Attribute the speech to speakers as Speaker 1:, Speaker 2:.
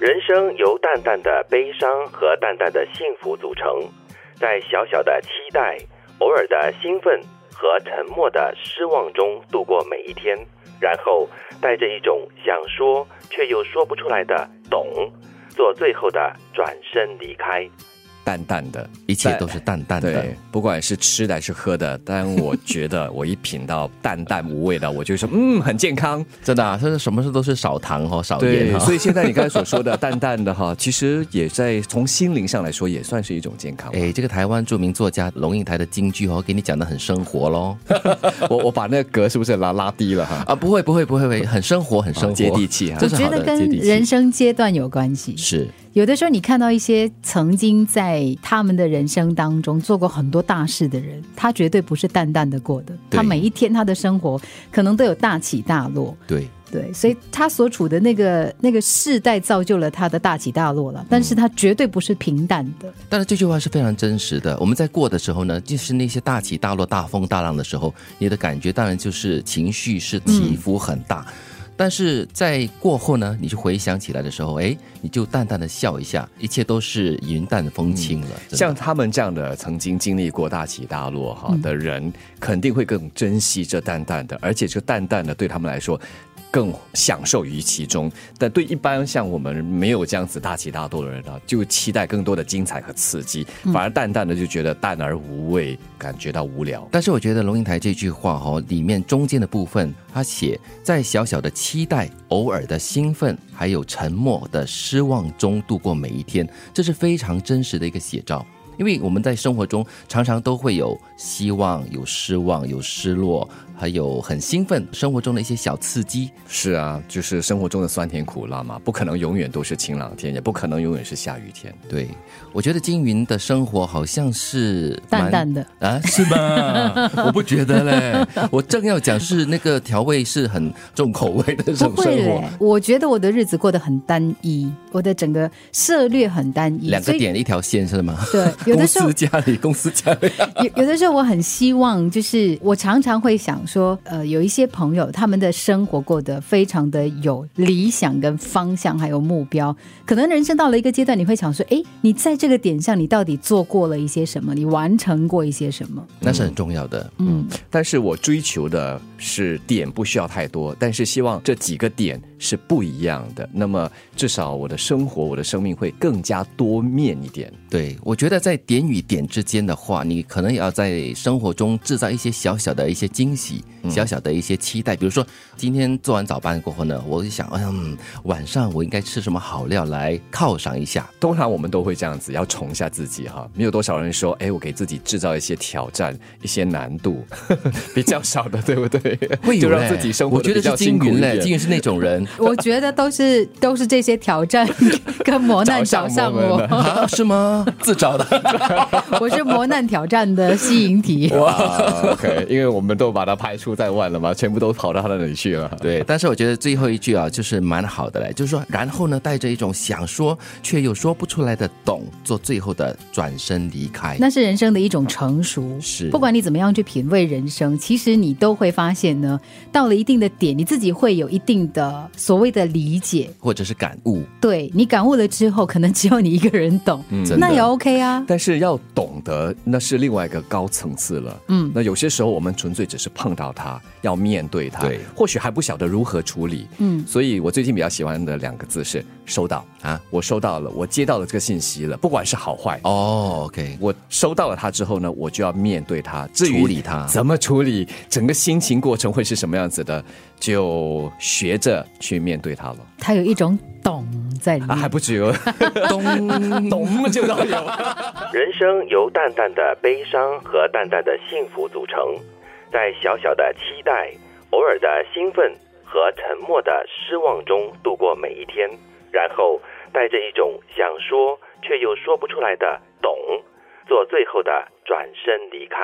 Speaker 1: 人生由淡淡的悲伤和淡淡的幸福组成，在小小的期待、偶尔的兴奋和沉默的失望中度过每一天，然后带着一种想说却又说不出来的“懂”，做最后的转身离开。
Speaker 2: 淡淡的，
Speaker 3: 一切都是淡淡的
Speaker 2: 对。，不管是吃的还是喝的，但我觉得我一品到淡淡无味的，我就说嗯，很健康。啊
Speaker 3: 真的、啊，甚至什么事都是少糖和少盐 哦
Speaker 2: 对，
Speaker 3: 哈、
Speaker 2: 所以现在你刚才所说的淡淡的哈，其实也在从心灵上来说，也算是一种健康。
Speaker 3: 哎，这个台湾著名作家龙应台的京剧哦，给你讲的很生活咯。
Speaker 2: 我我把那个格是不是拉拉低了哈？
Speaker 3: 啊，不会不会不会，不会，很生活很生活，
Speaker 2: 接地气哈
Speaker 3: 啊这
Speaker 2: 都
Speaker 3: 是
Speaker 4: 我觉
Speaker 3: 好的
Speaker 4: 得跟
Speaker 3: 接地气
Speaker 4: 人生阶段有关系。
Speaker 3: 是
Speaker 4: 有的时候，你看到一些曾经在他们的人生当中做过很多大事的人，他绝对不是淡淡的过的。
Speaker 3: 对
Speaker 4: 他每一天他的生活可能都有大起大落，
Speaker 3: 对
Speaker 4: 对，所以他所处的那个那个世代造就了他的大起大落了，但是他绝对不是平淡的。
Speaker 3: 但是这句话是非常真实的。我们在过的时候呢，就是那些大起大落、大风大浪的时候，你的感觉当然就是情绪是起伏很大。但是在过后呢，你就回想起来的时候，哎，你就淡淡的笑一下，一切都是云淡风轻了。真的
Speaker 2: 像他们这样的曾经经历过大起大落哈
Speaker 3: 嗯
Speaker 2: 的人，肯定会更珍惜这淡淡的，而且这淡淡的对他们来说。更享受于其中，但对一般像我们没有这样子大起大落的人呢、啊就期待更多的精彩和刺激，
Speaker 3: 嗯
Speaker 2: 反而淡淡的就觉得淡而无味，感觉到无聊。
Speaker 3: 但是我觉得龙应台这句话哦，里面中间的部分，他写在小小的期待、偶尔的兴奋，还有沉默的失望中度过每一天，这是非常真实的一个写照。因为我们在生活中常常都会有希望、有失望、有失落，还有很兴奋，生活中的一些小刺激。
Speaker 2: 是啊，就是生活中的酸甜苦辣嘛，不可能永远都是晴朗天，也不可能永远是下雨天。
Speaker 3: 对我觉得金云的生活好像是蛮
Speaker 4: 淡淡的
Speaker 3: 啊，是 吗？我不觉得嘞，我正要讲是那个调味是很重口味的这种
Speaker 4: 不会
Speaker 3: 生
Speaker 4: 嘞
Speaker 3: 活。，
Speaker 4: 我觉得我的日子过得很单一，我的整个策略很单一，
Speaker 3: 两个
Speaker 4: 所以
Speaker 3: 点一条线是吗？
Speaker 4: 对，有的时候
Speaker 3: 公司家里，公司家里，
Speaker 4: 有有的时候我很希望，就是我常常会想说，呃，有一些朋友他们的生活过得非常的有理想跟方向，还有目标。可能人生到了一个阶段，你会想说，诶，你在这个点上，你到底做过了一些什么？你完成过一些什么？
Speaker 3: 那是很重要的。
Speaker 4: 嗯，
Speaker 2: 但是我追求的是点不需要太多，但是希望这几个点是不一样的。那么至少我的生活，我的生命会更加多面一点。
Speaker 3: 对，我觉得在点与点之间的话，你可能也要在生活中制造一些小小的一些惊喜，
Speaker 2: 嗯
Speaker 3: 小小的一些期待。比如说，今天做完早班过后呢，我就想，嗯，晚上我应该吃什么好料来犒赏一下。
Speaker 2: 通常我们都会这样子，要宠一下自己哈。没有多少人说，哎，我给自己制造一些挑战、一些难度， 比较少的，对不对？
Speaker 3: 会
Speaker 2: 就
Speaker 3: 有嘞
Speaker 2: 让自己生活
Speaker 3: 我觉
Speaker 2: 得
Speaker 3: 得
Speaker 2: 比较
Speaker 3: 是
Speaker 2: 辛
Speaker 3: 金
Speaker 2: 苦
Speaker 3: 云
Speaker 2: 一
Speaker 3: 嘞，金
Speaker 2: 点。
Speaker 3: 云是那种人
Speaker 4: 我觉得都是都是这些挑战跟磨难
Speaker 2: 找
Speaker 4: 找
Speaker 2: 上
Speaker 4: 上
Speaker 2: 我们
Speaker 4: 我，
Speaker 3: 啊，是吗？自找的。
Speaker 4: 我是磨难挑战的吸引体。
Speaker 2: 哇，OK，因为啊我们都把它排除在外了嘛，全部都跑到他那里去了。
Speaker 3: 对，但是我觉得最后一句啊，就是蛮好的嘞，就是说，然后呢，带着一种想说却又说不出来的懂，做最后的转身离开。
Speaker 4: 那是人生的一种成熟。
Speaker 3: 是
Speaker 4: 不管你怎么样去品味人生，其实你都会发现呢，到了一定的点，你自己会有一定的所谓的理解。
Speaker 3: 或者是感悟，
Speaker 4: 对你感悟了之后，可能只有你一个人懂，
Speaker 3: 嗯真的
Speaker 4: 那也 OK 啊。
Speaker 2: 但是要懂得，那是另外一个高层次了。嗯，那有些时候我们纯粹只是碰到它，要面对它，
Speaker 3: 对
Speaker 2: 或许还不晓得如何处理。嗯，所以我最近比较喜欢的两个字是“收到”
Speaker 3: 啊，
Speaker 2: 我收到了，我接到了这个信息了，不管是好坏。
Speaker 3: 哦，OK，
Speaker 2: 我收到了它之后呢，我就要面对它，至于
Speaker 3: 处理它
Speaker 2: 怎么处理，整个心情过程会是什么样子的，就学着去面对它了。
Speaker 4: 它有一种懂在里
Speaker 2: 啊，
Speaker 4: 面。
Speaker 2: 还不只有懂懂就都有。
Speaker 1: 人生由淡淡的悲伤和淡淡的幸福组成，在小小的期待、偶尔的兴奋和沉默的失望中度过每一天，然后带着一种想说却又说不出来的“懂”，做最后的转身离开。